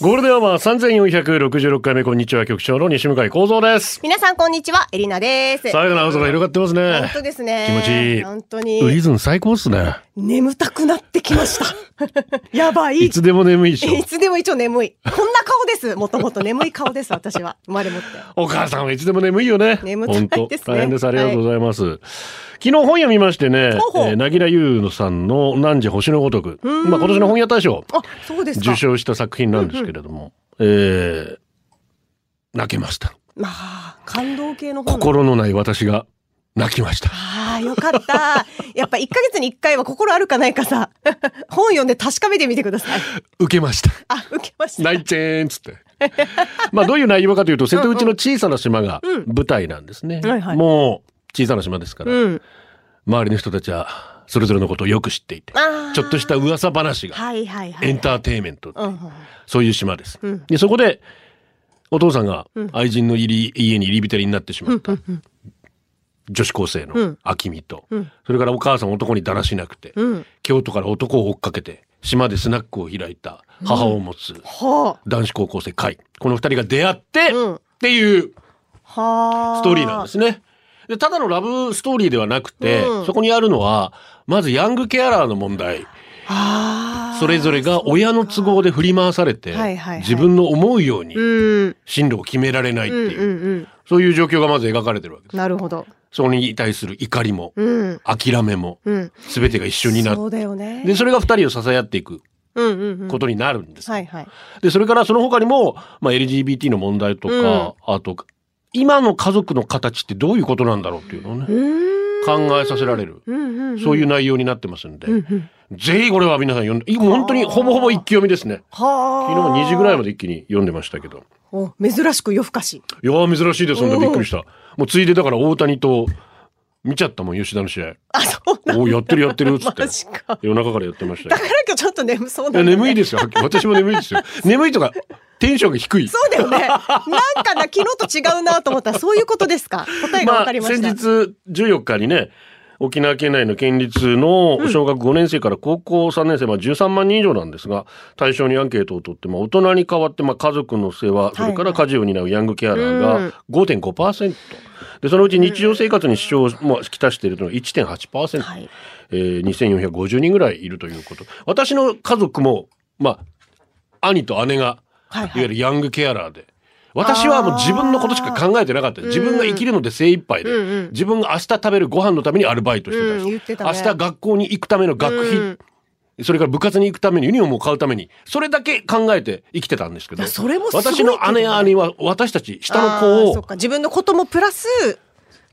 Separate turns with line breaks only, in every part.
ゴールデンアワー三千四百六十六回目こんにちは局長の西向井光三です。
皆さんこんにちはエリナです
最後の青空広がってます
本
ね。
当ですね
気持ちいい。
本当
ウィ
に
ズン最高っすね。
眠たくなってきました やばい
いつでも眠いでしょ
い。つでも一応眠いこんな顔ですもともと眠い顔です私は生まれ持って
お母さんはいつでも眠いよね。
眠たい
本当
ですね
大変です。ありがとうございます。昨日本屋見ましてね、
ほうほう
えー、なぎらゆうのさんの何時星のごとく、まあ今年の本屋大賞
あそうですか
受賞した作品なんですけれども、えー泣けました。
まあ感動系の本
心のない私が泣きました。
ああよかったやっぱ1ヶ月に1回は心あるかないかさ 本読んで確かめてみてください
受けました。
あ受けました
ナイチェーンっつって。まあどういう内容かというと瀬戸内の小さな島が舞台なんですね。
はいはい
もう小さな島ですから、
うん
周りの人たちはそれぞれのことをよく知っていて
あー
ちょっとした噂話が
はいはいはい
エンターテインメント、
うんうん
そういう島です。
うん
でそこでお父さんが愛人の入り家に入り浸りになってしまった。女子高生
うん
の秋美と、
うん
それからお母さん男にだらしなくて、
うん
京都から男を追っかけて島でスナックを開いた母を持つ、
は
男子高校生会この二人が出会って、
うん
っていう
あはあ
ストーリーなんですすね。でただのラブストーリーではなくて、
うん
そこにあるのはまずヤングケアラーの問題
ああ
それぞれが親の都合で振り回されて、
はいはいはい
自分の思うように
うん
進路を決められないって
うん
いう、
うんうん
そういう状況がまず描かれてるわけです。
なるほど
そこに対する怒りも、
うん
諦めも
うん
全てが一緒にな
そう
る。
だよね
でそれが二人を支え合っていく
うんうんうん
ことになるんです。
はいはい
でそれからその他にも、まあ、LGBT の問題とか、あと今の家族の形ってどういうことなんだろうっていうのをね、
うーん
考えさせられる、
うんうんん
そういう内容になってますんで、
うんうん
ぜひこれは皆さん読んでい本当にほぼほぼ一気読みですね
はあ
昨日2時ぐらいまで一気に読んでましたけど
お珍しく夜更かし
いやー珍しいですそんなびっくりしたもうついでだから大谷と見ちゃったもん吉田の試合
あそうなんだ
おおやってるやってるっつって
マジか
夜中からやってました
だ
よ
から今日ちょっと眠そう
いや
だ
眠い
で
ですよはっきり私も眠いですよ眠いとかテンションが低い
そうだよねなんかな昨日と違うなと思ったらそういうことですか答えが分かりました、
あ、先日14日にね沖縄県内の県立の小学5年生から高校3年生、まあ、13万人以上なんですが対象にアンケートを取って、まあ、大人に代わって、まあ、家族の世話
い
それから家事を担うヤングケアラー
うん
が5.5%でそのうち日常生活に支障をもうきたしているのが1.8%、
はい
えー、2450人ぐらいいるということ私の家族も、まあ、兄と姉が
はい
いわ
はい
ゆるヤングケアラーで。私はもう自分のことしか考えてなかった。自分が生きるので精一杯で、
うんうん
自分が明日食べるご飯のためにアルバイトしてたし、
うん言ってたね
明日学校に行くための学費、それから部活に行くためにユニフォームを買うために、それだけ考えて生きてたんですけ
い
ど、
やそれもすごいけど
私
ね
の姉や兄は私たち下の
あー
子
そ
を
っか自分のこともプラス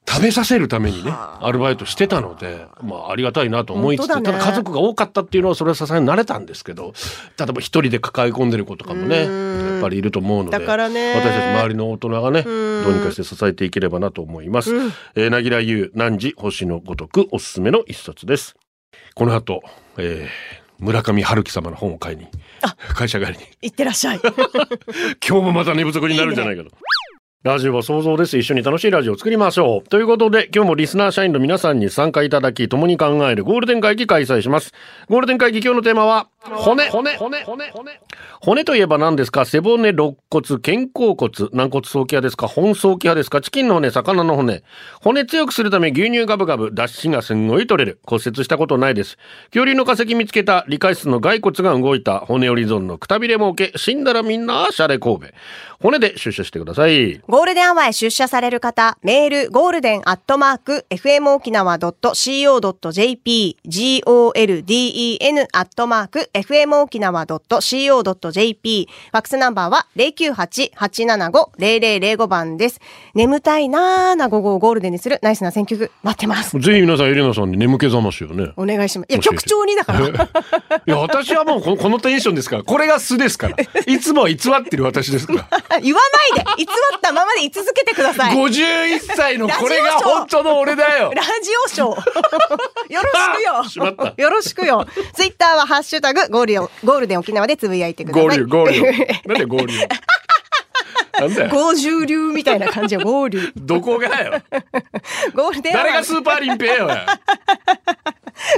食べさせるためにね、アルバイトしてたので、まあありがたいなと思いつつ、
本当だ
ただ
ね
家族が多かったっていうのはそれは支えになれたんですけど、例えば一人で抱え込んでる子とかもね、
うん
やっぱりいると思うので、
だからね
私たち周りの大人がね、
うん
どうにかして支えていければなと思います。えー、なぎらゆう、何時、星のごとく、おすすめの一冊です。この後、えー村上春樹様の本を買いに、会社帰りに、
いってらっしゃい
今日もまた寝不足になるんじゃないかと。ラジオは想像です。一緒に楽しいラジオを作りましょう。ということで、今日もリスナー社員の皆さんに参加いただき、共に考えるゴールデン会議開催します。ゴールデン会議今日のテーマは、骨、骨、骨、骨、骨。骨といえば何ですか背骨、肋骨、肩甲骨、軟骨早期派ですか本早期派ですかチキンの骨、魚の骨。骨強くするため牛乳ガブガブ、脱脂がすんごい取れる。骨折したことないです。恐竜の化石見つけた、理科室の骸骨が動いた、骨折り損のくたびれ儲け、死んだらみんな、シャレ神戸。骨で出社してください。
ゴールデンアワーへ出社される方、メール、ゴールデンアットマーク、fmokinawa.co.jp、golden アットマーク、fmokinawa.co.jp、ファックスナンバーは098-875-0005番です。眠たいなーな午後をゴールデンにするナイスな選曲、待ってます。
ぜひ皆さん、エリナさんに眠気覚ましをね。
お願いします。いや、
教えて
局長に だから。
い や、私はもうこのこのテンションですから、これが素ですから。いつもは偽ってる私ですから。
言わないで偽ったままで居続けてくださいラ
51歳のこれが本当の俺だよ。
ジオショー よろしく
まった
よよろしくよツイッターはハッシュタグゴールデンゴールデン沖縄でつぶやいてください
合流合流。 なんで合流。なんだよ。
合流流みたいな感じよ合流
どこがよ。
ゴールデンアワ
誰が
ー
スーパーリンペよ。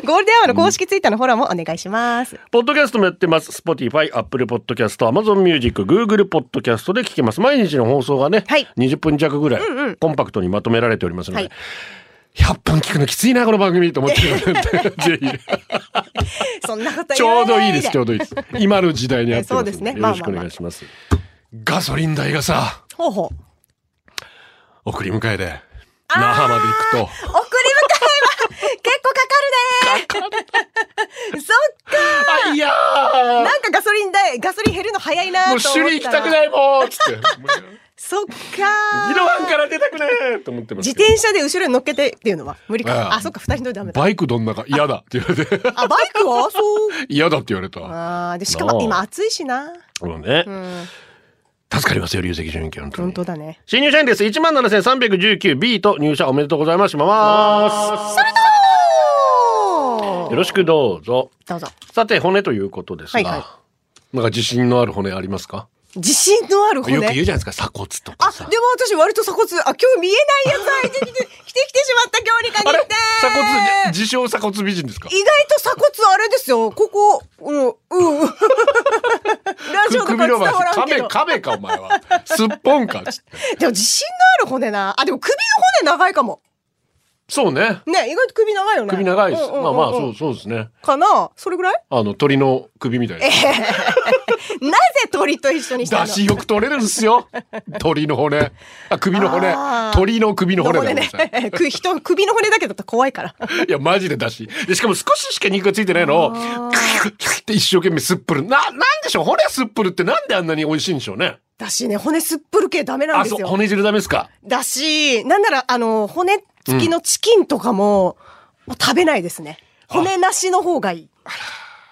ゴールデンアワーの公式ツイッターのフォローもお願いします
ポッドキャストもやってます。Spotify、Apple Podcast、Amazon Music、Google Podcast で聞けます。毎日の放送がね、
はい
20分弱ぐらい、コンパクトにまとめられておりますので、
はい
100本聞くのきついな、この番組と思って るので、ぜひ、
そんなこと
ち
言
ょ
わ
うど
ない
いいです、ちょうどいいです。今の時代に合ってますん
そうですね
よろしくお願いします。ガソリン代がさ、
ほうほう
送り迎えで、那覇まで行くと、
送り迎えは結構かかるね そっか
あ、いやー
なんかガソリン代ガソリン減るの早いなと
もう
思ったら
首里行きたくないもんつっ て、
そっか
ギロワンから出たくねえと思ってます
自
けど。
転車で後ろに乗っけてっていうのは無理
あ
か
あ
あそっか二人乗りダメだ
バイクどんなか嫌だって言われて。
あバイクはそう
嫌だって言われた。
あーでしか
な
も
あ
今暑いしな
もうね、
うん
助かりますよ、流石純喜、本当に
本当だね
新入社員です。17,319B と入社おめでとうございます。します。よろしくどうぞ。
どうぞ
さて、骨ということですが、
はいは
なんか自信のある骨ありますか。
自信のある
よく言う
骨
じゃないですか、鎖骨と
あ
かさ。
でも私割と鎖骨あ今日見えないやつ入ってきて来てきて しまった今日に限
あれ
って
鎖骨、自称鎖骨美人ですか。
意外と鎖骨あれですよここうん うんラジオとか伝わらんけ
亀、
ど
亀か、お前は。すっぽんか。つって
でも自信のある骨なあでも首の骨長いかも
そうね。
ね意外と首長いよね
首長いです。
うんうんうん
ま
う
あ
ん
まあ、そう、そうですね。
かなそれぐらい
あの、鳥の首みたいな。
なぜ鳥と一緒にしたの
だしよく取れるんですよ。鳥の骨。あ、首の骨
あ。ー
鳥の首の骨だ ごめんなさい。
ねく人首の骨だけだったら怖いから
いや、マジでだし。でしかも少ししか肉がついてないのを、クックッって一生懸命すっぷる。な、なんでしょう骨すっぷるってなんであんなに美味しいんでしょうね。
だしね骨すっぷる系ダメなん
あ、
です
そう、
よ
骨汁ダメですか。
だしなんならあの骨付きのチキンとかも,、もう食べないですね骨なしの方がいい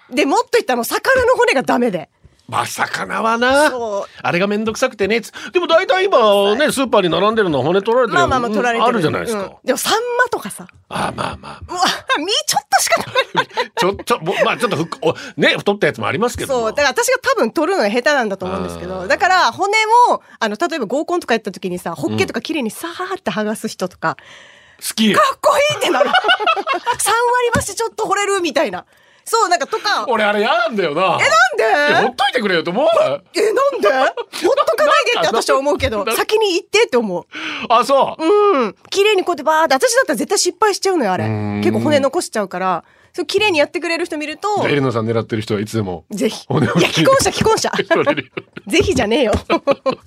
でもっと言ったらもう魚の骨がダメで
まあ、魚はな
そう。
あれがめんどくさくてね。つ
でも大体今ね、スーパーに並んでるのは骨取られてる
まあまあまあ取られてる、
あるじゃないです
うん
か。
でもサンマとかさ
ああまあまあま
うわ身ちょっとしか食べない
あ。ちょ、ちょ、ぼまあちょっとふっ お、ね、太ったやつもありますけども。
そうだから私が多分取るのが下手なんだと思うんですけ
あ
ど
ー
だから骨もあの例えば合コンとかやった時にさホッケとか綺麗にさーって剥がす人とか、
好き。
かっこいいってなる 3割増しちょっと惚れるみたいなそうなんかとか
俺、あれ嫌なんだよな。
なん
いや
で
ほっといてくれよと思う。
えなんでほっとかないでって私は思うけど先に行ってって思う
あ、そう。
うん綺麗にこうやってバーって私だったら絶対失敗しちゃうのよあれ結構骨残しちゃうからそれ綺麗にやってくれる人見ると
エルノさん狙ってる人はいつで も。
ぜひい
骨を
や既婚者既婚 者
取れるよ
ぜひじゃねえよ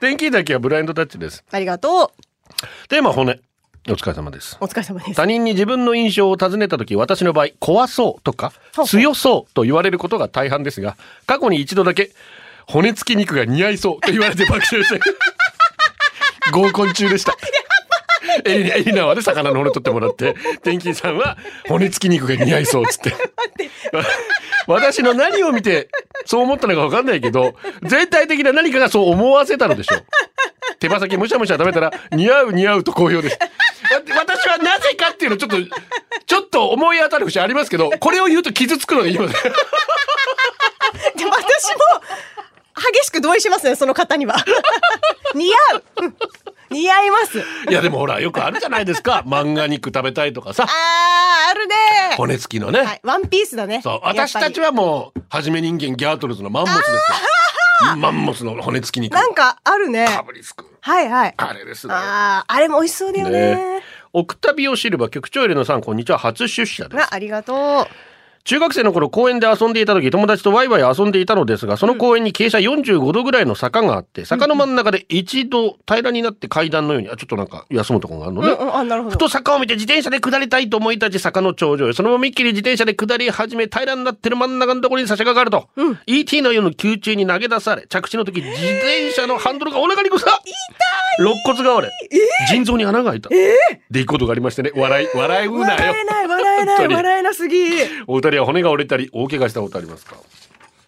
天気だけはブラインドタッチです。
ありがと
テーマ骨。お疲れ様です。
うお疲れ様です
他人に自分の印象を尋ねた時私の場合怖そうとか
ほうほう
強そうと言われることが大半ですが過去に一度だけ骨付き肉が似合いそうと言われて 爆笑した合コン中でしたエリナエリナはね魚の骨取ってもらって天気さんは骨付き肉が似合いそうっつって私の何を見てそう思ったのか分かんないけど全体的な何かがそう思わせたのでしょう手羽先むしゃむしゃ食べたら似合う似合うと好評です。わ私はなぜかっていうのちょっとちょっと思い当たる節ありますけどこれを言うと傷つくのが今で
でも私も激しく同意しますねその方には 似合ううん似合います
いやでもほらよくあるじゃないですか漫画肉食べたいとかさ
あーあるね
骨付きのね、
はい、ワンピースだね
そう私たちはもうはじめ人間ギャートルズのマンモスですよマンモスの骨付き肉
やっぱりなんかあるね
かぶりつく
はいはい
あれですね
あーあれも美味しそうだよね
ねオクタビオシルバ局長よりのさんこんにちは初出社です
なありがと
中学生の頃公園で遊んでいた時友達とワイワイ遊んでいたのですがその公園に傾斜45度ぐらいの坂があって坂の真ん中で一度平らになって階段のようにあちょっとなんか休むとこがあるの
うう
ね
ん、うんあなるほ
ふ
ど
と坂を見て自転車で下りたいと思い立ち坂の頂上へそのまま一気に自転車で下り始め平らになってる真ん中のところに差し掛かると、ET のような空中に投げ出され着地の時自転車のハンドルがお腹にぐさ肋骨が折れ、腎臓に穴が開いた、でいくことがありましてね笑い笑うなよ
笑えない笑え
本
ない
当に
笑えなすぎ
お二人は骨が折れたり大怪我したことありますか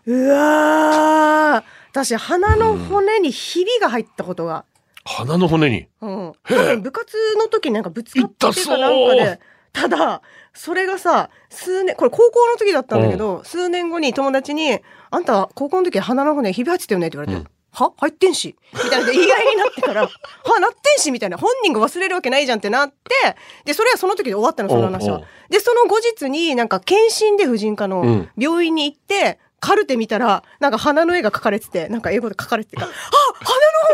うわー私、鼻の骨にひびが入ったことが。
鼻の骨に。
うん。多分部活の時になんかぶつかって
痛
か
そう
なんかで。ただ、それがさ、数年、これ高校の時だったんだけど、数年後に友達に、あんた高校の時鼻の骨ひび入ってたよねって言われて、は入ってんしみたいなで言い合いになって から、はなってんしみたいな。本人が忘れるわけないじゃんってなって、で、それはその時で終わったの、その話
おう
は
おう。
で、その後日になんか検診で婦人科
う
の
ん
病院に行って、カルテ見たら、なんか鼻の絵が描かれてて、なんか英語で描かれてて、あ鼻の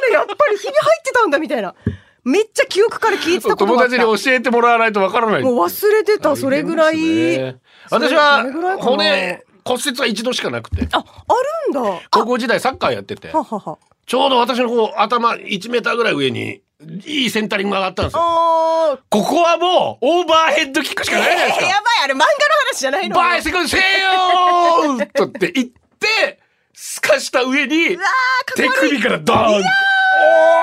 骨やっぱりひび入ってたんだみたいな。めっちゃ記憶から聞いてたこと
友
があっ
達
た。
に教えてもらわないとわからない。
もう忘れてた、それぐら
大変です
い。
ね私
それぐらい
は
かな
骨骨折は一度しかなくて
あ、あるんだ。あ
高校時代サッカーやってて
ははは。
ちょうど私のこう頭1メーターぐらい上にいいセンタリングが上がったんですよ
あー
ここはもうオーバーヘッドキックしかないじゃないです
えーや
か
ばい、あれ漫画の話じゃないの
バイセクせよーとって言ってすかした上に
うわー、かっ
手
こ悪い。
首からドーンおー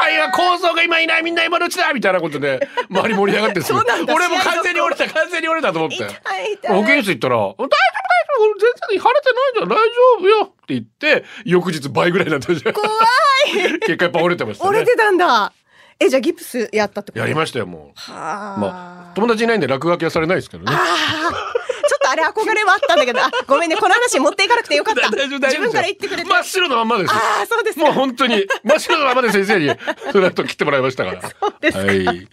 あいや構造が今いないみんな今のうちだみたいなことで周り盛り上がってるんですよ
そうなんだ
俺も完全に折れた完全に折れたと思って
痛い痛い。
保健室行ったら、大丈夫大丈夫、俺全然腫れてないじゃん、大丈夫よって言って、翌日倍ぐらいになってました。
怖 い。
結果やっぱ折れてました
折
ね
れ。てたんだ。え、じゃあギプスやったってこと
やりましたよ、もう。
はあ、
まあ、友達いないんで落書きはされないですけどね。
ちょっとあれ憧れはあったんだけど、あ、ごめんね、この話持っていかなくてよかった。
大丈夫、大丈夫ですよ。
自分から言ってくれて。
真っ白のまんまです。
ああ、そうです
もう
か。
本当に、真っ白のままで先生に、その後切ってもらいましたから。
ですか
はい。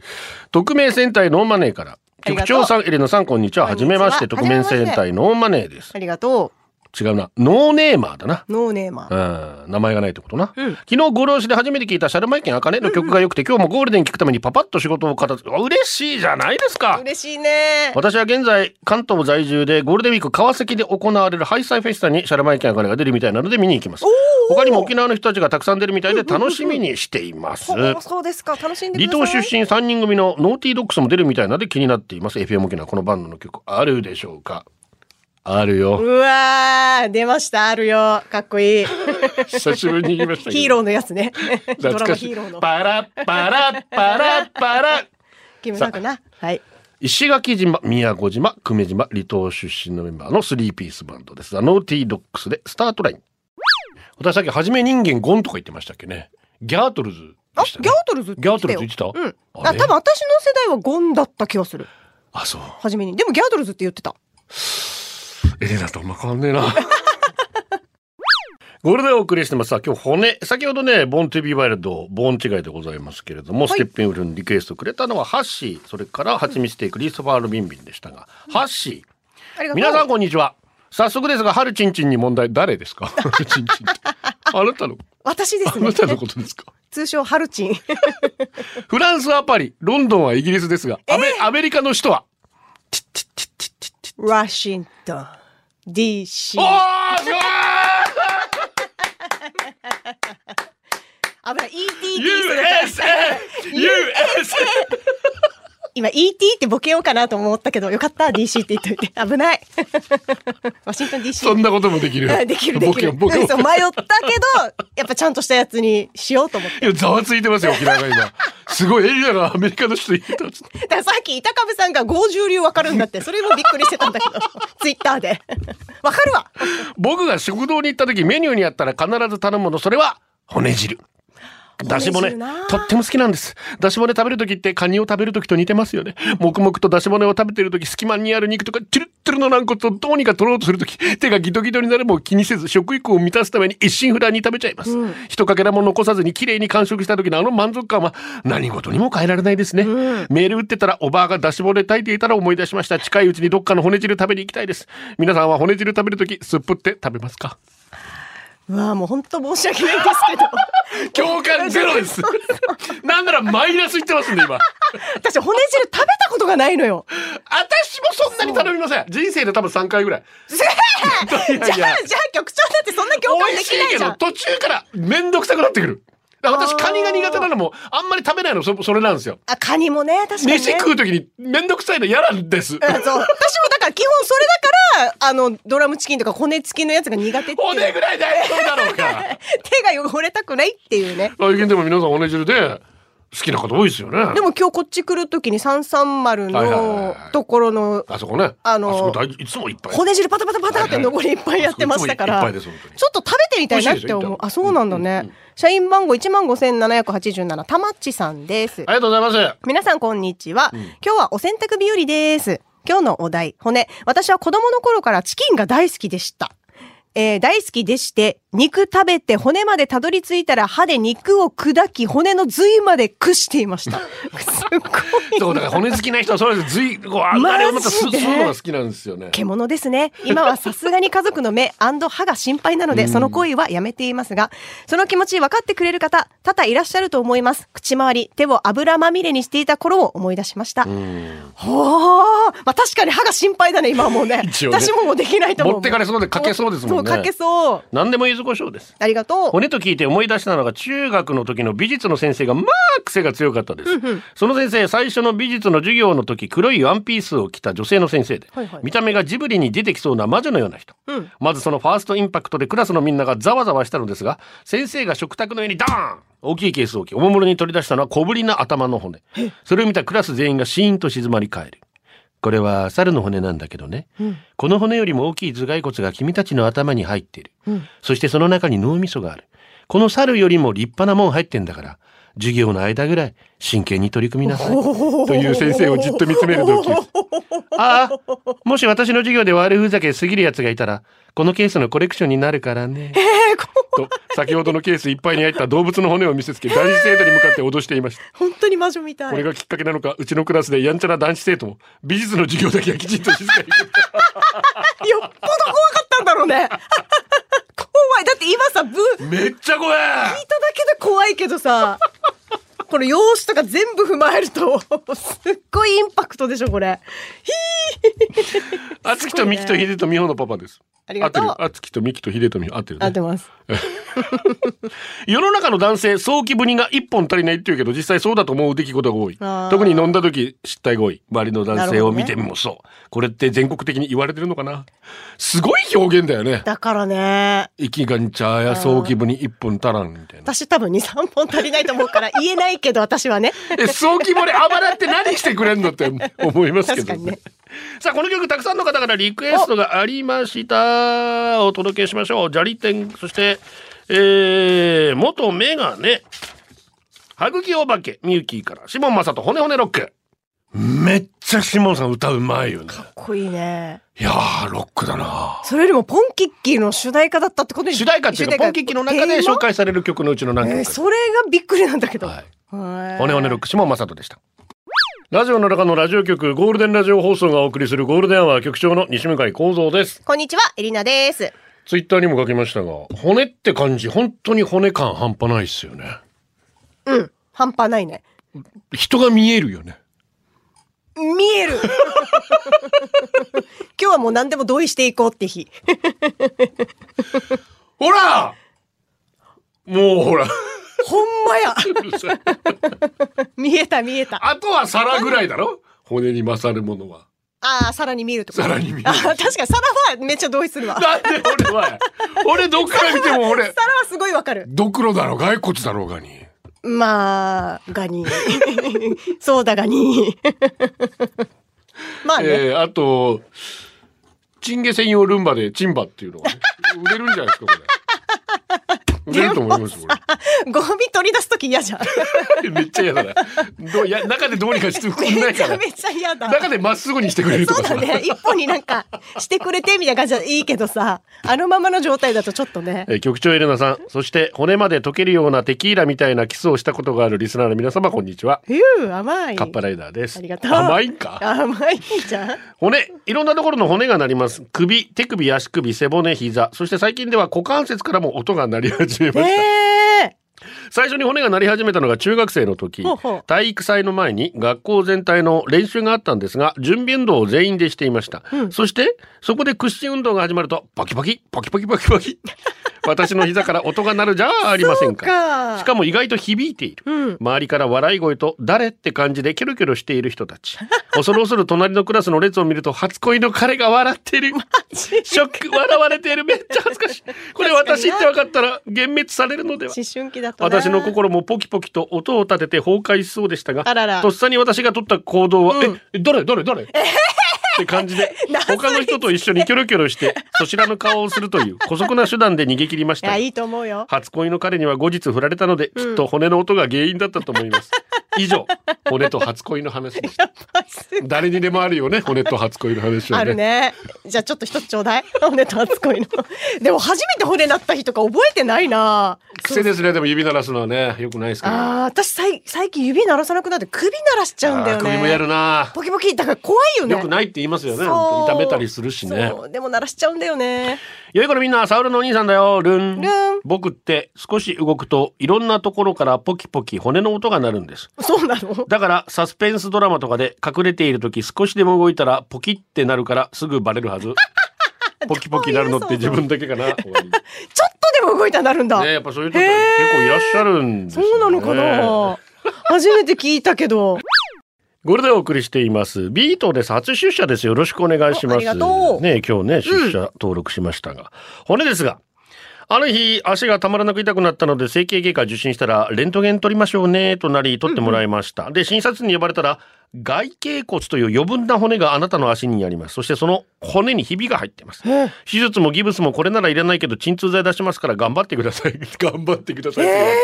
匿名戦隊ノーマネーから。
り
局
がとう
長さん、エレナさん、こんにちは。はじめまして、
こ
匿
んにち
名
は
戦隊ノーマネーです。
ありがと
違うな。ノーネーマーだな。
う。ノーネーマー。
うん、名前がないってことな、昨日ご両親で初めて聞いたシャルマイケン茜の曲が良くて、今日もゴールデン聞くためにパパッと仕事を片付けあ嬉しいじゃないですか
嬉しいね。
私は現在関東在住でゴールデンウィーク川崎で行われるハイサイフェスタにシャルマイケン茜が出るみたいなので見に行きます他にも沖縄の人たちがたくさん出るみたいで楽しみにしています、
ほうそうですか。楽しんで
離
く
島
ださ
出
い。
身3人組のノーティードックスも出るみたいなので気になっています FM 沖縄このバンドの曲あるでしょうかあるよ
うわー、出ました。あるよ。かっ こいい。
久しぶりに言いましたけど
ヒーローのやつね。
懐
ドラ
か
マ
し
ヒ
い
ーローの。
パラッパラッパラッパラッ
キムタクな。はい。
石垣島宮古島久米島離島出身のメンバーのスリーピースバンドですザ・ノーティードックスでスタートライン私さっきはじめ人間ゴンとか言ってましたっけねギャートルズ
あ、
で
ギ
した
ャー
ね
トルズって
ギャー
言っ
ト
てた
ル
よ
ズ言ってた、
うん。
あ
あ、
れ
多分私の世代はゴンだった気がする。
あそう
初めに。でもギャートルズって言ってた。
エレナとあんま変わんねえな ゴールデンをお送りしてますさあ今日骨先ほどねボーンテビーワイルドボーン違いでございますけれども、ステッペンウルフにリクエストくれたのはハッシーそれからハチミツテイクリストファールビンビンでしたが、ハッシー
ありがとう。
皆さんこんにちは早速ですが春ちんちんに問題誰 ですか春ちんちんってあなたの
私で
あ
すね
な。たのことですか
通称ハルチン。
フランスはパリロンドンはイギリスですがアメ,、アメリカの首都は
ワシントン DC
おーすごい
危ない ET
USA USA
今 ET ってボケようかなと思ったけどよかった DC って言っとい て危ないワシントン DC
そんなこともできる
できるで
ボ
き
ケ
る
もボケ
うんそう
も
迷ったけどやっぱちゃんとしたやつにしようと思って
いやざわついてますよ沖縄が今すごいエリアがアメリカの首都言えたっつって
だからさっき板壁さんが50流わかるんだってそれもびっくりしてたんだけど ツイッターでわかるわ
僕が食堂に行った時メニューにあったら必ず頼むのそれは骨汁だし骨
骨汁な
とっても好きなんですだし骨食べる時ってカニを食べる時と似てますよね黙々とだし骨を食べてる時隙間にある肉とかチュルッチュルの軟骨をどうにか取ろうとする時手がギトギトになるも気にせず食欲を満たすために一心不乱に食べちゃいます、一かけらも残さずに綺麗に完食した時のあの満足感は何事にも変えられないですね、メール打ってたらおばあがだし骨炊いていたら思い出しました近いうちにどっかの骨汁食べに行きたいです皆さんは骨汁食べる時すっぷって食べますか
うわもう本当申し訳ないですけど
共感ゼロですなんならマイナスいってますんで今
私骨汁食べたことがないのよ
私もそんなに頼みません人生で多分3回ぐらいいやいや
じゃあじゃあ局長だってそんな共感
美
で
味し
きないい
け
じゃ
ど
ん
途中からめんどくさくなってくるだから私
あー
カニが苦手なのもあんまり食べないのそそれなんですよ
あカニもね確かに、ね、
飯食う時にめんどくさいの嫌なんです
うんそう私もだから基本それだからあのドラムチキンとか骨付きのやつが苦手っていう
骨ぐらい 大丈夫だろうか
手が汚れたくないっていうね
最近でも皆さん同じで好きな方多いですよね。
でも今日こっち来る時に330
はいはいはい
の
はい
ところの
あそこね。
あの
そこ大いつもいっぱい。
骨汁パタパタパタって残りいっぱいやってましたか
いっぱ
ら
い
ちょ
で
っ
す本当に。
と食べてみたいなっ
美味しい
て
でしょ
思
行
う
った
あそうなんだね社員番号1万5787たまっちさんで
あ
す
りがとうございます。
皆さんこんにちは、今日はお洗濯日和です今日のお題骨私は子供の頃からチキンが大好きでしたえー大好きでして、肉食べて骨までたどり着いたら歯で肉を砕き、骨の髄までくしていました。すっごい。
そうだから骨好きな人はそれぞれずいこうあ
マジで
あれをまた吸吸うのが好きなんですよね。
獣です ね。今はさすがに家族の目歯が心配なので、その行為はやめていますが、その気持ち分かってくれる方、多々いらっしゃると思います。口周り、手を油まみれにしていた頃を思い出しました。ほー。まあ確かに歯が心配だね、今はもうね。
一応ね
私ももうできないと思う。
持ってかれそうでかけそうですもんね
そう、かけそう。
何でも柚子胡椒です。
ありがとう。
骨と聞いて思い出したのが中学の時の美術の先生がまあ癖が強かったです、その先生最初の美術の授業の時黒いワンピースを着た女性の先生で、
はいはい
見た目がジブリに出てきそうな魔女のような人、
うん
まずそのファーストインパクトでクラスのみんながざわざわしたのですが先生が食卓の上にダーン大きいケースを置きおもむろに取り出したのは小ぶりな頭の骨それを見たクラス全員がシーンと静まり返るこれは猿の骨なんだけどね、この骨よりも大きい頭蓋骨が君たちの頭に入っている、そしてその中に脳みそがあるこの猿よりも立派なもん入ってんだから授業の間ぐらい真剣に取り組みなさいという先生をじっと見つめ る同期ですああもし私の授業で悪ふざけすぎるやつがいたらこのケースのコレクションになるからねと先ほどのケースいっぱいに入った動物の骨を見せつけ男子生徒に向かって脅していました
本当に魔女みたい。
これがきっかけなのかうちのクラスでやんちゃな男子生徒も美術の授業だけはきちんと静かに
よっぽど怖かったんだろうね。 怖い。だって今さ、ぶ、 聞い
めっちゃ怖え
ただけで怖いけどさ、この容姿とか全部踏まえると、すっごいインパクトでしょ、これ。
あつきとみきとひでとみほのパパです
ありがとう
合ってるあつきとみきとひでとみほ合ってる
合
ね
ってます。
世の中の男性早期ぶりが一本足りないって言うけど実際そうだと思う出来事が多い
あー
特に飲んだ時失態が多い周りの男性を見
なるほどね
てもそう、これって全国的に言われてるのかなすごい表現だよね
だからね、
息がんちゃーや早期ぶり一本足らんみたいな
私多分2、3本足りないと思うから言えないけど、私はね。
え早期ぶりあばらって何してくれんのって思いますけ
確
ど
かに
ね
ね。
さあこの曲たくさんの方からリクエストがありましたお届けしましょう砂利店そしてえー、元メガネはぐきお化けミューキーからシモンマサト骨骨ロックめっちゃシモンさん歌うまいよね
濃いね。
いやーロックだな
それよりもポンキッキーの主題歌だったってことに
主題歌っていうかポンキッキの中で紹介される曲のうちの何
えー
曲か
それがびっくりなんだけど。
はい
はい
骨骨ロック島正人でした。ラジオの中のラジオ局ゴールデンラジオ放送がお送りするゴールデンアワー局長の西向井光三です。
こんにちは、エリナです。
ツイッターにも書きましたが、骨って感じ本当に骨感半端ないっすよね。
うん。半端ないね。
人が見えるよね。
見える 今日はもう何でも同意していこうって日。
ほらもうほら。
ほんまや
うるさい
見えた見えた。
あとは皿ぐらいだろ骨に勝るものは。
ああ、さらに見えるとか。
さらに見える
あー確かに皿はめっちゃ同意するわ。
なんで俺は、俺どっから見ても俺、
皿はすごいわかる。
ドクロだろうが、骸骨だろうがに。
まあ、ガニ。 そうだガニ。 まあね、
えーあとチンゲ専用ルンバでチンバっていうのがね、売れるんじゃないですかこれ売れると思いますこ
ゴミ取り出すとき嫌じゃん。
れめっちゃ嫌だなどういや中でどうにかしてくれな
め
い
ち
か
ゃ
ら
めちゃ嫌だ。
中でまっすぐにしてくれると
そう
かさ
だね。一歩になんかしてくれてみたいな感じはいいけどさ、あのままの状態だとちょっとね。
えー局長エレナさんそして骨まで溶けるようなテキーラみたいなキスをしたことがあるリスナーの皆様こんにちは
ふう、甘い。
カッパライダーです
ありがとう
甘いんか
甘い じゃん。
骨いろんなところの骨が鳴ります首手首足首背骨膝そして最近では股関節からも音が鳴り始めました、
ええ
最初に骨が鳴り始めたのが中学生の時
ほうほう
体育祭の前に学校全体の練習があったんですが準備運動を全員でしていました、そしてそこで屈伸運動が始まるとパキパキパキパキパキパキ私の膝から音が鳴るじゃありませんか
か
しかも意外と響いている、
うん
周りから笑い声と「誰?」って感じでキョロキョロしている人たち恐る恐る隣のクラスの列を見ると初恋の彼が笑ってるショック笑われているめっちゃ恥ずかしいこれ私って分かったら幻滅されるのでは
思春期だと
私
ね。
私の心もポキポキと音を立てて崩壊しそうでしたが
あらら
とっさに私が取った行動は、
うん
ええ誰誰誰 って感じ で他の人と一緒にキョロキョロしてそちらの顔をすると いう姑息な手段で逃げ切りまし
い
たが
やいいと思うよ
初恋の彼には後日振られたので、きっと骨の音が原因だったと思い ます以上骨と初恋の話でした誰にでもあるよね骨と初恋の話はね
あるねじゃあちょっと一つちょうだい骨と初恋の でも初めて骨なった日とか覚えてないな
癖ですねでも指鳴らすのはねよくないですけど
あー私さい最近指鳴らさなくなって首鳴らしちゃうんだよ
あー
ね
首もやるな
ポキポキだから怖いよね
よくないって言いますよね
そう
痛めたりするしね
そうでも鳴らしちゃうんだよね
よいこのみんなサウルのお兄さんだよルン
ルン
僕って少し動くといろんなところからポキポキ骨の音が鳴るんです
そうなの
だからサスペンスドラマとかで隠れている時少しでも動いたらポキってなるからすぐバレるは ずポキポキなるのって自分だけかな終わりね
ちょっとでも動いたらなるんだ、
やっぱそういう方結構いらっしゃるんです
そ
ね
うなのかな初めて聞いたけど
これでお送りしています。ビートです。初出社です。よろしくお願いします。
おありがとう
ね、今日ね、出社登録しましたが。骨ですが、ある日、足がたまらなく痛くなったので、整形外科受診したら、レントゲン取りましょうね、となり、取ってもらいました。で、診察に呼ばれたら、外脛骨という余分な骨があなたの足にあります。そしてその骨にひびが入っています。手術もギブスもこれならいらないけど、鎮痛剤出しますから頑張ってください。 頑張ってくださいって言われて。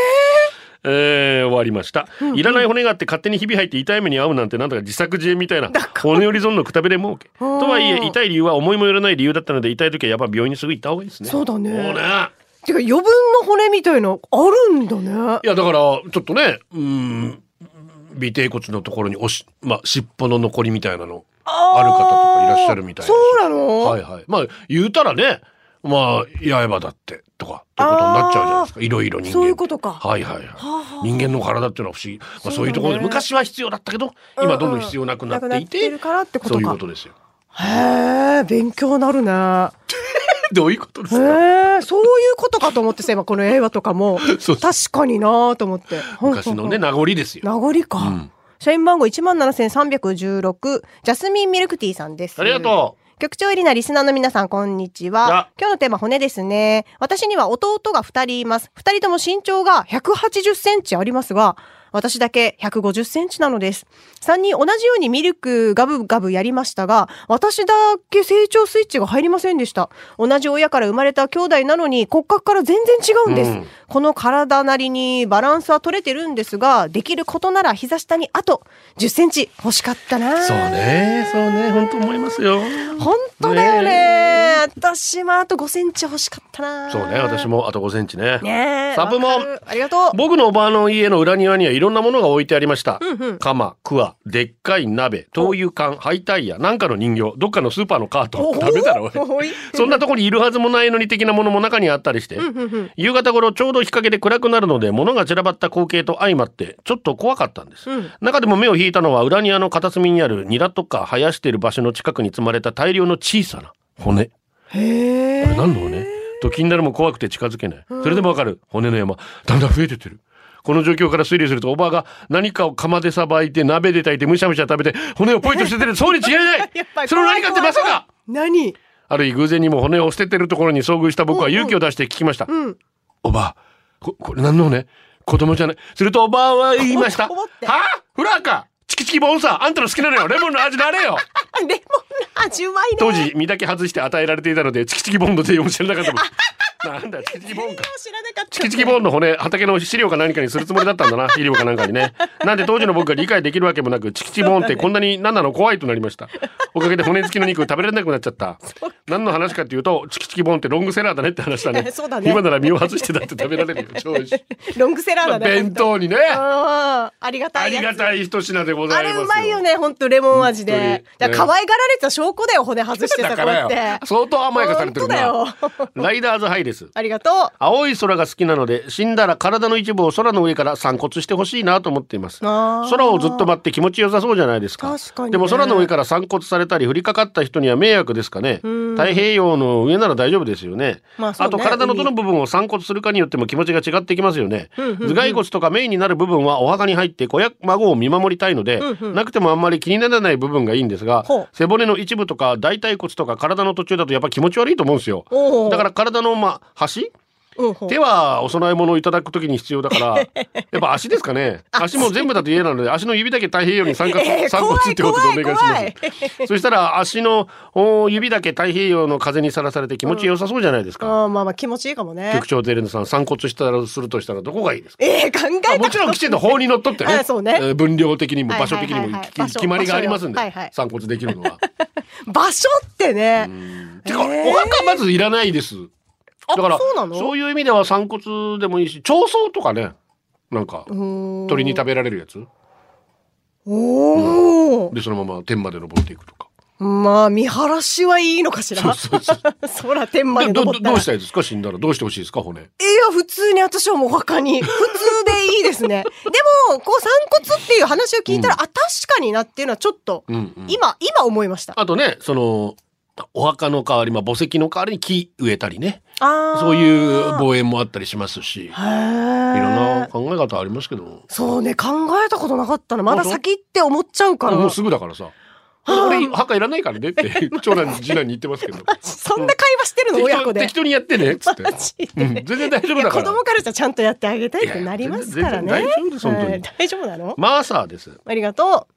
えー終わりました、いらない骨があって勝手にひび入って痛い目に遭うなんてなんだか自作自演みたいな骨折り損のくたびれ儲 けとはいえ痛い理由は思いもよらない理由だったので痛い時はやっぱ病院にすぐ行った方がいいですね
そうだね
もうね
てか余分な骨みたいなあるんだね
いやだからちょっとねうーん尾低骨のところにおし、まあ、尻尾の残りみたいなのある方とかいらっしゃるみたいな
そうなの、
はいはいまあ言うたらねまあ刃だってとかということになっちゃうじゃないですかいろいろ人間って
そういうことか
はいはいはい、人間の体っていうのは不思議、まあ、そういうところで
そうだね
昔は必要だったけど今どんどん必要なくなっていて,、
うんうんなくなってるからってこと
そ
か
ういうことですよ
へえ勉強なるね
どういうことですか
へえそういうことかと思ってさ今この映画とかも
そう
確かになと思って
昔のね名残ですよ
名残か、社員番号17,316ジャスミンミルクティーさんです
ありがとう
局長エリナリスナーの皆さんこんにち
あ
は今日のテーマ骨ですね私には弟が2人います2人とも身長が180センチありますが私だけ150センチなのです3人同じようにミルクガブガブやりましたが私だけ成長スイッチが入りませんでした同じ親から生まれた兄弟なのに骨格から全然違うんです、
うん
この体なりにバランスは取れてるんですができることなら膝下にあと10センチ欲しかったな
そうねそうね本当思いますよ
本当だよね
ね
私もあと5センチ欲しかったな
そうね私もあと5センチね
ねえ
サブモン
わかるありがとう
僕のおばあの家の裏庭にはいろんなものが置いてありました。
んうん
鎌、桑、でっかい鍋、灯油缶、ハイタイヤ、なんかの人形、どっかのスーパーのカート。ダメだろ、おい
おい
そんなとこにいるはずもないのに的なものも中にあったりして、夕方頃ちょうど日陰で暗くなるので物が散らばった光景と相まってちょっと怖かったんです、
うん
中でも目を引いたのは裏庭の片隅にあるニラとか生やしている場所の近くに積まれた大量の小さな骨こ
へ
れ何の骨と気になるも怖くて近づけないそれでもわかる骨の山だんだん増えてってるこの状況から推理するとおばあが何かを釜でさばいて鍋で炊いてむしゃむしゃ食べて骨をポイとしててるそうに違いない
やっぱり
その何かってまさか
何
ある日偶然にも骨を捨ててるところに遭遇した僕は勇気を出して聞きました。
うん
おばあ、こ、これ何の骨子供じゃない。するとおばあは言いました。
おばって
はあフラーかチキチキボンさんあんたの好きなのよレモンの味なれ よ
レモンの味うまいね
当時身だけ外して与えられていたのでチキチキボンの全容も知らなかったも んなんだチキチキボンか
知らなかった。
チキチキボーンの骨、畑の資料か何かにするつもりだったんだな、肥料かなんかにね。なんで当時の僕が理解できるわけもなく、チキチキボーンってこんなに何なの怖いとなりました。おかげで骨付きの肉食べられなくなっちゃった。何の話かっていうと、チキチキボーンってロングセラーだねって話だね
そうだね
今なら身を外してだって食べられるよ、超美味しい。
ロングセラーだね
弁当にね、
あありがた
あ
いや
り
つ
がたい一品でござ
あ
いま
れ
すよ。
うまいよね本当レモン味
本当に
で
ね
だから可愛がられてた証拠だよ骨外して
だ
さ
か
こうやっ
らよ
て、
相当甘やかされてるな
本当だよ。
ライダーズハイです。
ありがと
青い空が好きなので死んだら体の一部を空の上から散骨してほしいなと思っています
あー
空をずっと待って気持ちよさそうじゃないですか
確かにね
でも空の上から散骨されたり降りかかった人には迷惑ですかね太平洋の上なら大丈夫ですよね,、
まあそうね
と体のどの部分を散骨するかによっても気持ちが違ってきますよね、頭蓋骨とかメインになる部分はお墓に入って子や孫を見守りたいので、なくてもあんまり気にならない部分がいいんですが
ほう
背骨の一部とか大腿骨とか体の途中だとやっぱ気持ち悪いと思うんですよ
おー
だから体のまあ端
うんほう
手はお供え物をいただくときに必要だから やっぱ足ですかね足も全部だと嫌なので足の指だけ太平洋に三角
えー
三
怖
骨っ
い
てことでお願いし
怖い
ますそしたら足のお指だけ太平洋の風にさらされて気持ち良さそうじゃないですか、
あーまあまあ気持ちいいかもね
局長デレンさん散骨したらするとしたらどこがいいですか
えー、考え
あ
た
もちろんきちんと法にのっとってね
あそうね
えー分量的にも
はいは
場
い
所的に
はい
も
はい
き
場所
決まりがありますんで、
場所はいはい
散骨できるのは。
場所ってね
てか、
えー
お墓まずいらないです。
あ
だから
そうなの
そういう意味では散骨でもいいし長草とかねなんか鳥に食べられるやつ
おお、
でそのまま天まで登っていくとか
まあ見晴らしはいいのかしら
そうそうそう
空天まで
でど
登
どど
ったら
うしたいですか死んだらどうしてほしいですか骨
いや、普通に私はもうお墓に。普通でいいで すね。でも、こう散骨っていう話を聞いたら、あ、確かになっていうのはちょっと、
うんうん
今、今思いました。
あとねそのお墓の代わり、まあ、墓石の代わりに木植えたりね
あー
そういう望遠もあったりしますしい
へー
ろんな考え方ありますけど
そうね、考えたことなかったな。まだ
本当
先って思っちゃうから。
もうすぐだからさ俺墓いらないからねって 長男次男に言ってますけど
そんな会話してるの、
適
親
当
子で
適。当にやってねっ つって、
マジで
うん、全然大丈夫だ
いや
か
子
ら
供からじゃちゃんとやってあげたいってなりますからね。
いや全然大丈夫です本当に
はい大丈夫なの
マーサーです。
ありがと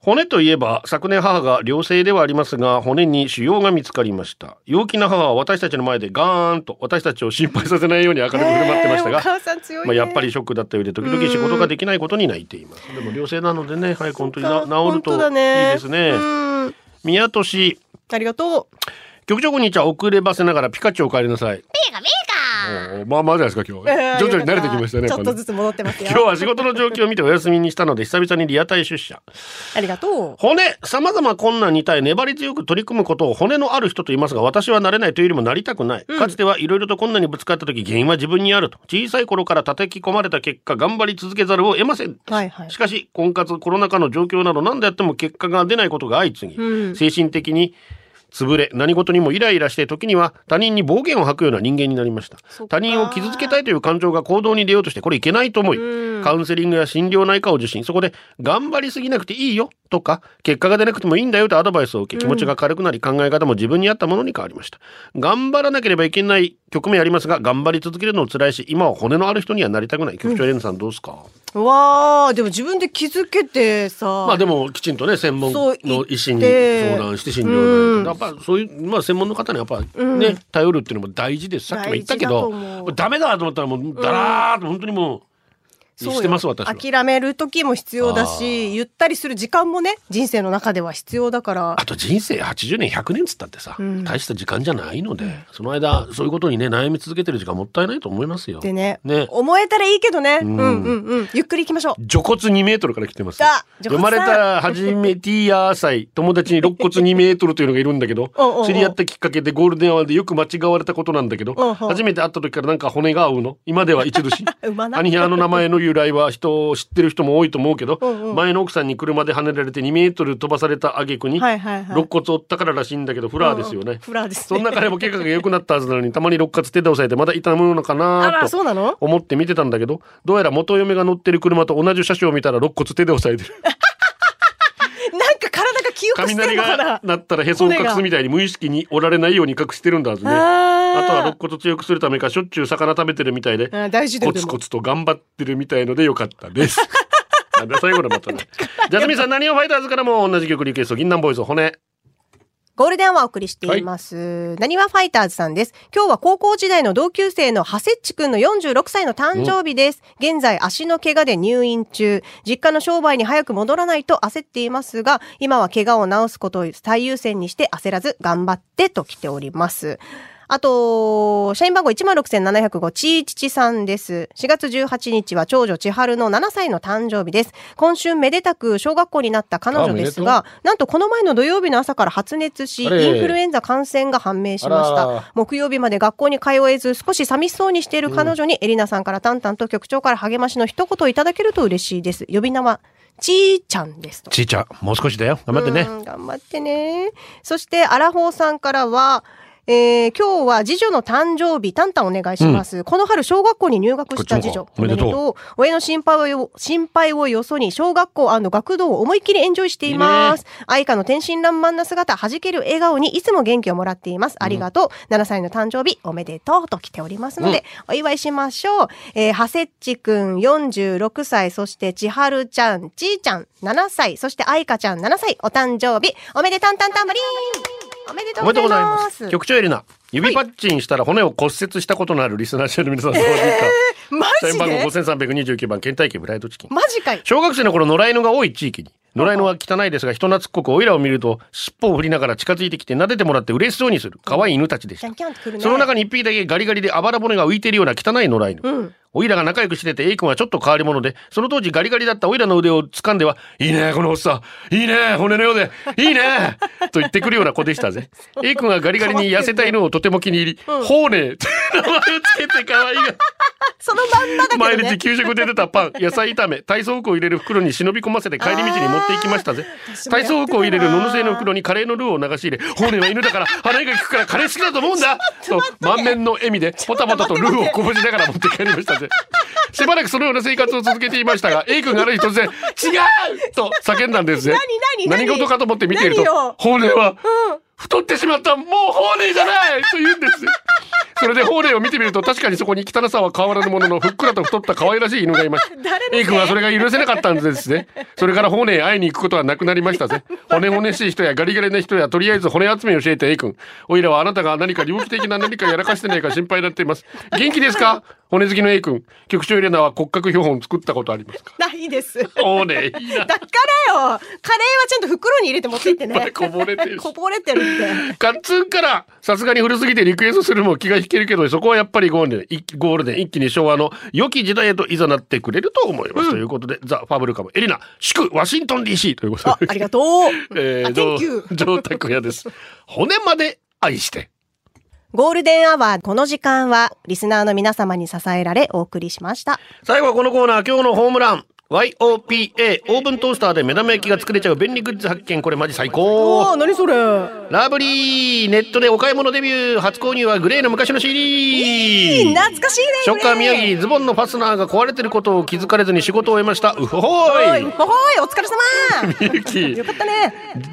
骨といえば昨年母が良性ではありますが骨に腫瘍が見つかりました陽気な母は私たちの前でガーンと私たちを心配させないように明るく
う。
振る舞ってましたが、
えーお母さん強い、
ま
ね。
あ、やっぱりショックだったようで時々仕事ができないことに泣いていますでも良性なのでね早く本当にな治るといいですね
うん。
宮戸市
ありがとう。
局長こんにちは遅ればせながらピカチュウお帰りなさいピカピカまあまあじゃないですか今日、
えー
徐々に慣れてきましたね
ちょっ
や
と
ぱね
ずつ戻ってますよ。
今日は仕事の状況を見てお休みにしたので久々にリアタイ出社
ありがとう。
骨さまざま困難に対粘り強く取り組むことを骨のある人と言いますが私はなれないというよりもなりたくない、かつてはいろいろと困難にぶつかった時原因は自分にあると小さい頃から叩き込まれた結果頑張り続けざるを得ません
はいはい
し。かし婚活コロナ禍の状況など何でやっても結果が出ないことが相次ぎ、
うん
精神的に潰れ何事にもイライラして時には他人に暴言を吐くような人間になりました
そっか
他人を傷つけたいという感情が行動に出ようとしてこれいけないと思い、
うん
カウンセリングや診療内科を受診そこで頑張りすぎなくていいよとか結果が出なくてもいいんだよとアドバイスを受け気持ちが軽くなり考え方も自分に合ったものに変わりました頑張らなければいけない局面ありますが頑張り続けるのを辛いし今は骨のある人にはなりたくない局長エレンさんどうですか、
うわあ、でも自分で気づけてさ。
まあでもきちんとね専門
そう
の医師に
言って
相談して診療
うん
なんかやっぱそういう、まあ、専門の方にやっぱね、
うん
頼るっていうのも大事ですさっきも言ったけど
大事だと思う
もうダメだと思ったらもうだらーっと本当にもう、
そうよ
してます私は。
諦める時も必要だし、ゆったりする時間もね、人生の中では必要だから
あ。と人生80年100年っつったってさ、
うん
大した時間じゃないので、その間そういうことにね悩み続けてる時間もったいないと思いますよ。
でね
ね
思えたらいいけどね。うんんうんうん。ゆっくり行きましょう。
除骨2メートルから来てます。
あ除
読
骨
ま
さん
れた初めティーヤー祭、友達に肋骨2メートルというのがいるんだけど
おうおうお、う
知り合ったきっかけでゴールデンアワーでよく間違われたことなんだけど
おうおう、
初めて会った時からなんか骨が合うの今では一 寿司。
馬な
アニヒアの名前の由来は人を知ってる人も多いと思うけど、
うんうん
前の奥さんに車で跳ねられて2メートル飛ばされた挙句に、
はいはいはい。
肋骨折ったかららしいんだけど、フラーですよね。
フラーです
そ
ね。
んな彼も怪我が良くなったはずなのに、たまに肋骨手で押さえてまだ痛むのか
あ
な
ら、
と
そうなの
思って見てたんだけどどうやら元嫁が乗ってる車と同じ車種を見たら肋骨手で押さえて る
なんか体が記憶してる
雷
のかな
が鳴ったらへそを隠すみたいに無意識に折られないように隠してるんだはずねあ
あー
とは肋骨強くするためかしょっちゅう魚食べてるみたいで
あー大事だ
コ
よで
ツ
も
コツと頑張ってるみたいのでよかったです なんだ最後のまたねジャスミンさん何をファイターズからも同じ曲リクエスト銀杏ボーイズ骨
ゴールデンはお送りしています。なにわファイターズさんです。今日は高校時代の同級生のハセッチ君の46歳の誕生日です。現在足の怪我で入院中。実家の商売に早く戻らないと焦っていますが、今は怪我を治すことを最優先にして焦らず頑張ってと来ております。あと、社員番号16705、ちいちちさんです。4月18日は長女千春の7歳の誕生日です。今週めでたく小学校になった彼女ですが、なんとこの前の土曜日の朝から発熱し、イ
あれ
ンフルエンザ感染が判明しまし
あら
た。木曜日まで学校に通えず、少し寂しそうにしている彼女に、エリナさんからタンタンと局長から励ましの一言をいただけると嬉しいです。呼び名は、ちーちゃんですと。
ちいちゃんもう少しだよ頑張ってね
うん頑張ってね。そして、アラフォーさんからは、えー今日は次女の誕生日、タンタンお願いします。この春、小学校に入学した次
こっちも
女。
かおめでとう
う。親の心配を、心配をよそに、小学校学童を思いっきりエンジョイしています。愛花の天真爛漫な姿、弾ける笑顔にいつも元気をもらっています。ありがとう。7歳の誕生日、おめでとうと来ておりますので、お祝いしましょう。えー、はせっちくん46歳、そしてちはるちゃん、ちーちゃん7歳、そして愛花ちゃん7歳、お誕生日、おめでたんたんたんばりーんおめでと
お
う
め
ご
でとうご
ざい
ざいま
ますす。
局長エリナ指パッチンしたら骨を骨折したことのあるリスナーシェル皆さん、え
マ
ー、
ジ
番
で
号5329番倦怠期ブライドチキン
マジかい。
小学生の頃野良犬が多い地域に野良犬は汚いですが人懐っこくオイラを見ると尻尾を振りながら近づいてきて撫でてもらって嬉しそうにする可愛い犬たちでし
キ
た
ャンキャンってくるね。
その中に一匹だけガリガリであばら骨が浮いているような汚い野良犬、
うん。
オイラが仲良くしてて A 君はちょっと変わり者でその当時ガリガリだったオイラの腕を掴んでは「いいねこのおっさんいいね骨のようでいいね」と言ってくるような子でした ぜ A 君はガリガリに痩せた犬をとても気に入り「
うん
ほうね」 と名前をつけて可愛いが
そのまんまだけどね。
毎日給食で出たパン野菜炒め体操服を入れる袋に忍び込ませて帰り道に持っていきましたぜ
私も
体
やってたな
操服を入れる布製の袋にカレーのルーを流し入れ「ほうねは犬だから鼻が利くからカレー好きだと思うんだ」と満面の笑みでポタポタとルーをこぼしながら持って帰りましたぜしばらくそのような生活を続けていましたが A 君がある日突然「違う!」と叫んだんですぜ
何何何
事かと思って見ていると
何よ
「ほうねは太ってしまったもうホーネーじゃないと言うん ですそれでホーネーを見てみると確かにそこに汚さは変わらぬもののふっくらと太った可愛らしい犬がいました
誰のせい
A 君はそれが許せなかったんですねそれからホーネーへ会いに行くことはなくなりました ぜ骨骨しい人やガリガリな人やとりあえず骨集めを教えて A 君おいらはあなたが何か猟奇的な何かやらかしてないか心配になっています元気ですか骨好きの A 君局長エレナは骨格標本を作ったことあります か
ないです。だか
ホーネーいいな
らよ。カレーはちゃんと袋に入れて持って行って
いっぱ
ね
い。 こぼれてるし
こぼれてるって。
カッツンからさすがに古すぎてリクエストするのも気が引けるけどそこはやっぱりゴールデン一ゴールデン一気に昭和の良き時代へといざなってくれると思います、ということでザ・ファブルカムエリナ祝ワシントン DC ということ
あ
で、
ありがとう。
え
あ Thank you
ー、上卓屋です骨まで愛して
ゴールデンアワー、この時間は、リスナーの皆様に支えられ、お送りしました。
最後はこのコーナー今日のホームラン YOPA オーブントースターで目玉焼きが作れちゃう便利グッズ発見これマジ最高
あ、何それ。な
ラブリーネットでお買い物デビュー初購入はグレーの昔の CD
懐かしいね。
ショッカー宮城ズボンのファスナーが壊れてることを気づかれずに仕事を終えましたうほほ
おい、
ー
お
い
い、お疲れ様。
ゆき
よかったね。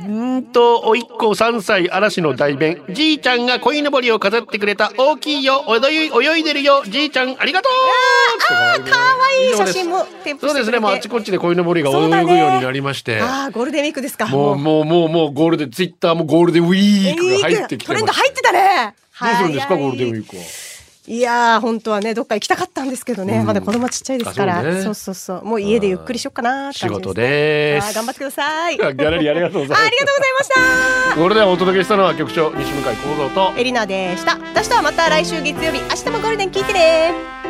んーとおいっ子3歳嵐の代弁じいちゃんが鯉のぼりを飾ってくれた大きいよ泳い泳いでるよじいちゃんありがと
あ
う
ー可愛い
以上
写
です
真も添付してくれて
そうですねもうあちこちで鯉のぼりが泳ぐ
そうだね
ようになりまして
ああ、ゴールデンウィークですか。
もうもうもうもうゴールデンツイッターもゴールデンウィークが入ってきてま
トレ
す
ンド入ってたね。
どうするんですか
早い
ゴールデンウィークはい
やー本当はねどっか行きたかったんですけどね、まだ子供ちっちゃいですから
あ
そ,、
そううね
そうそうもう家でゆっくりしよっかなーって
仕
感じです
事です
あー頑張ってくださいありがとう
ギャラリーありがとうご
ご
ざい
ざ
ま
い
す
ました
ゴールデンをお届けしたのは局長西向井幸三と
エリナでした私とはまた来週月曜日明日もゴールデン聞いてねバ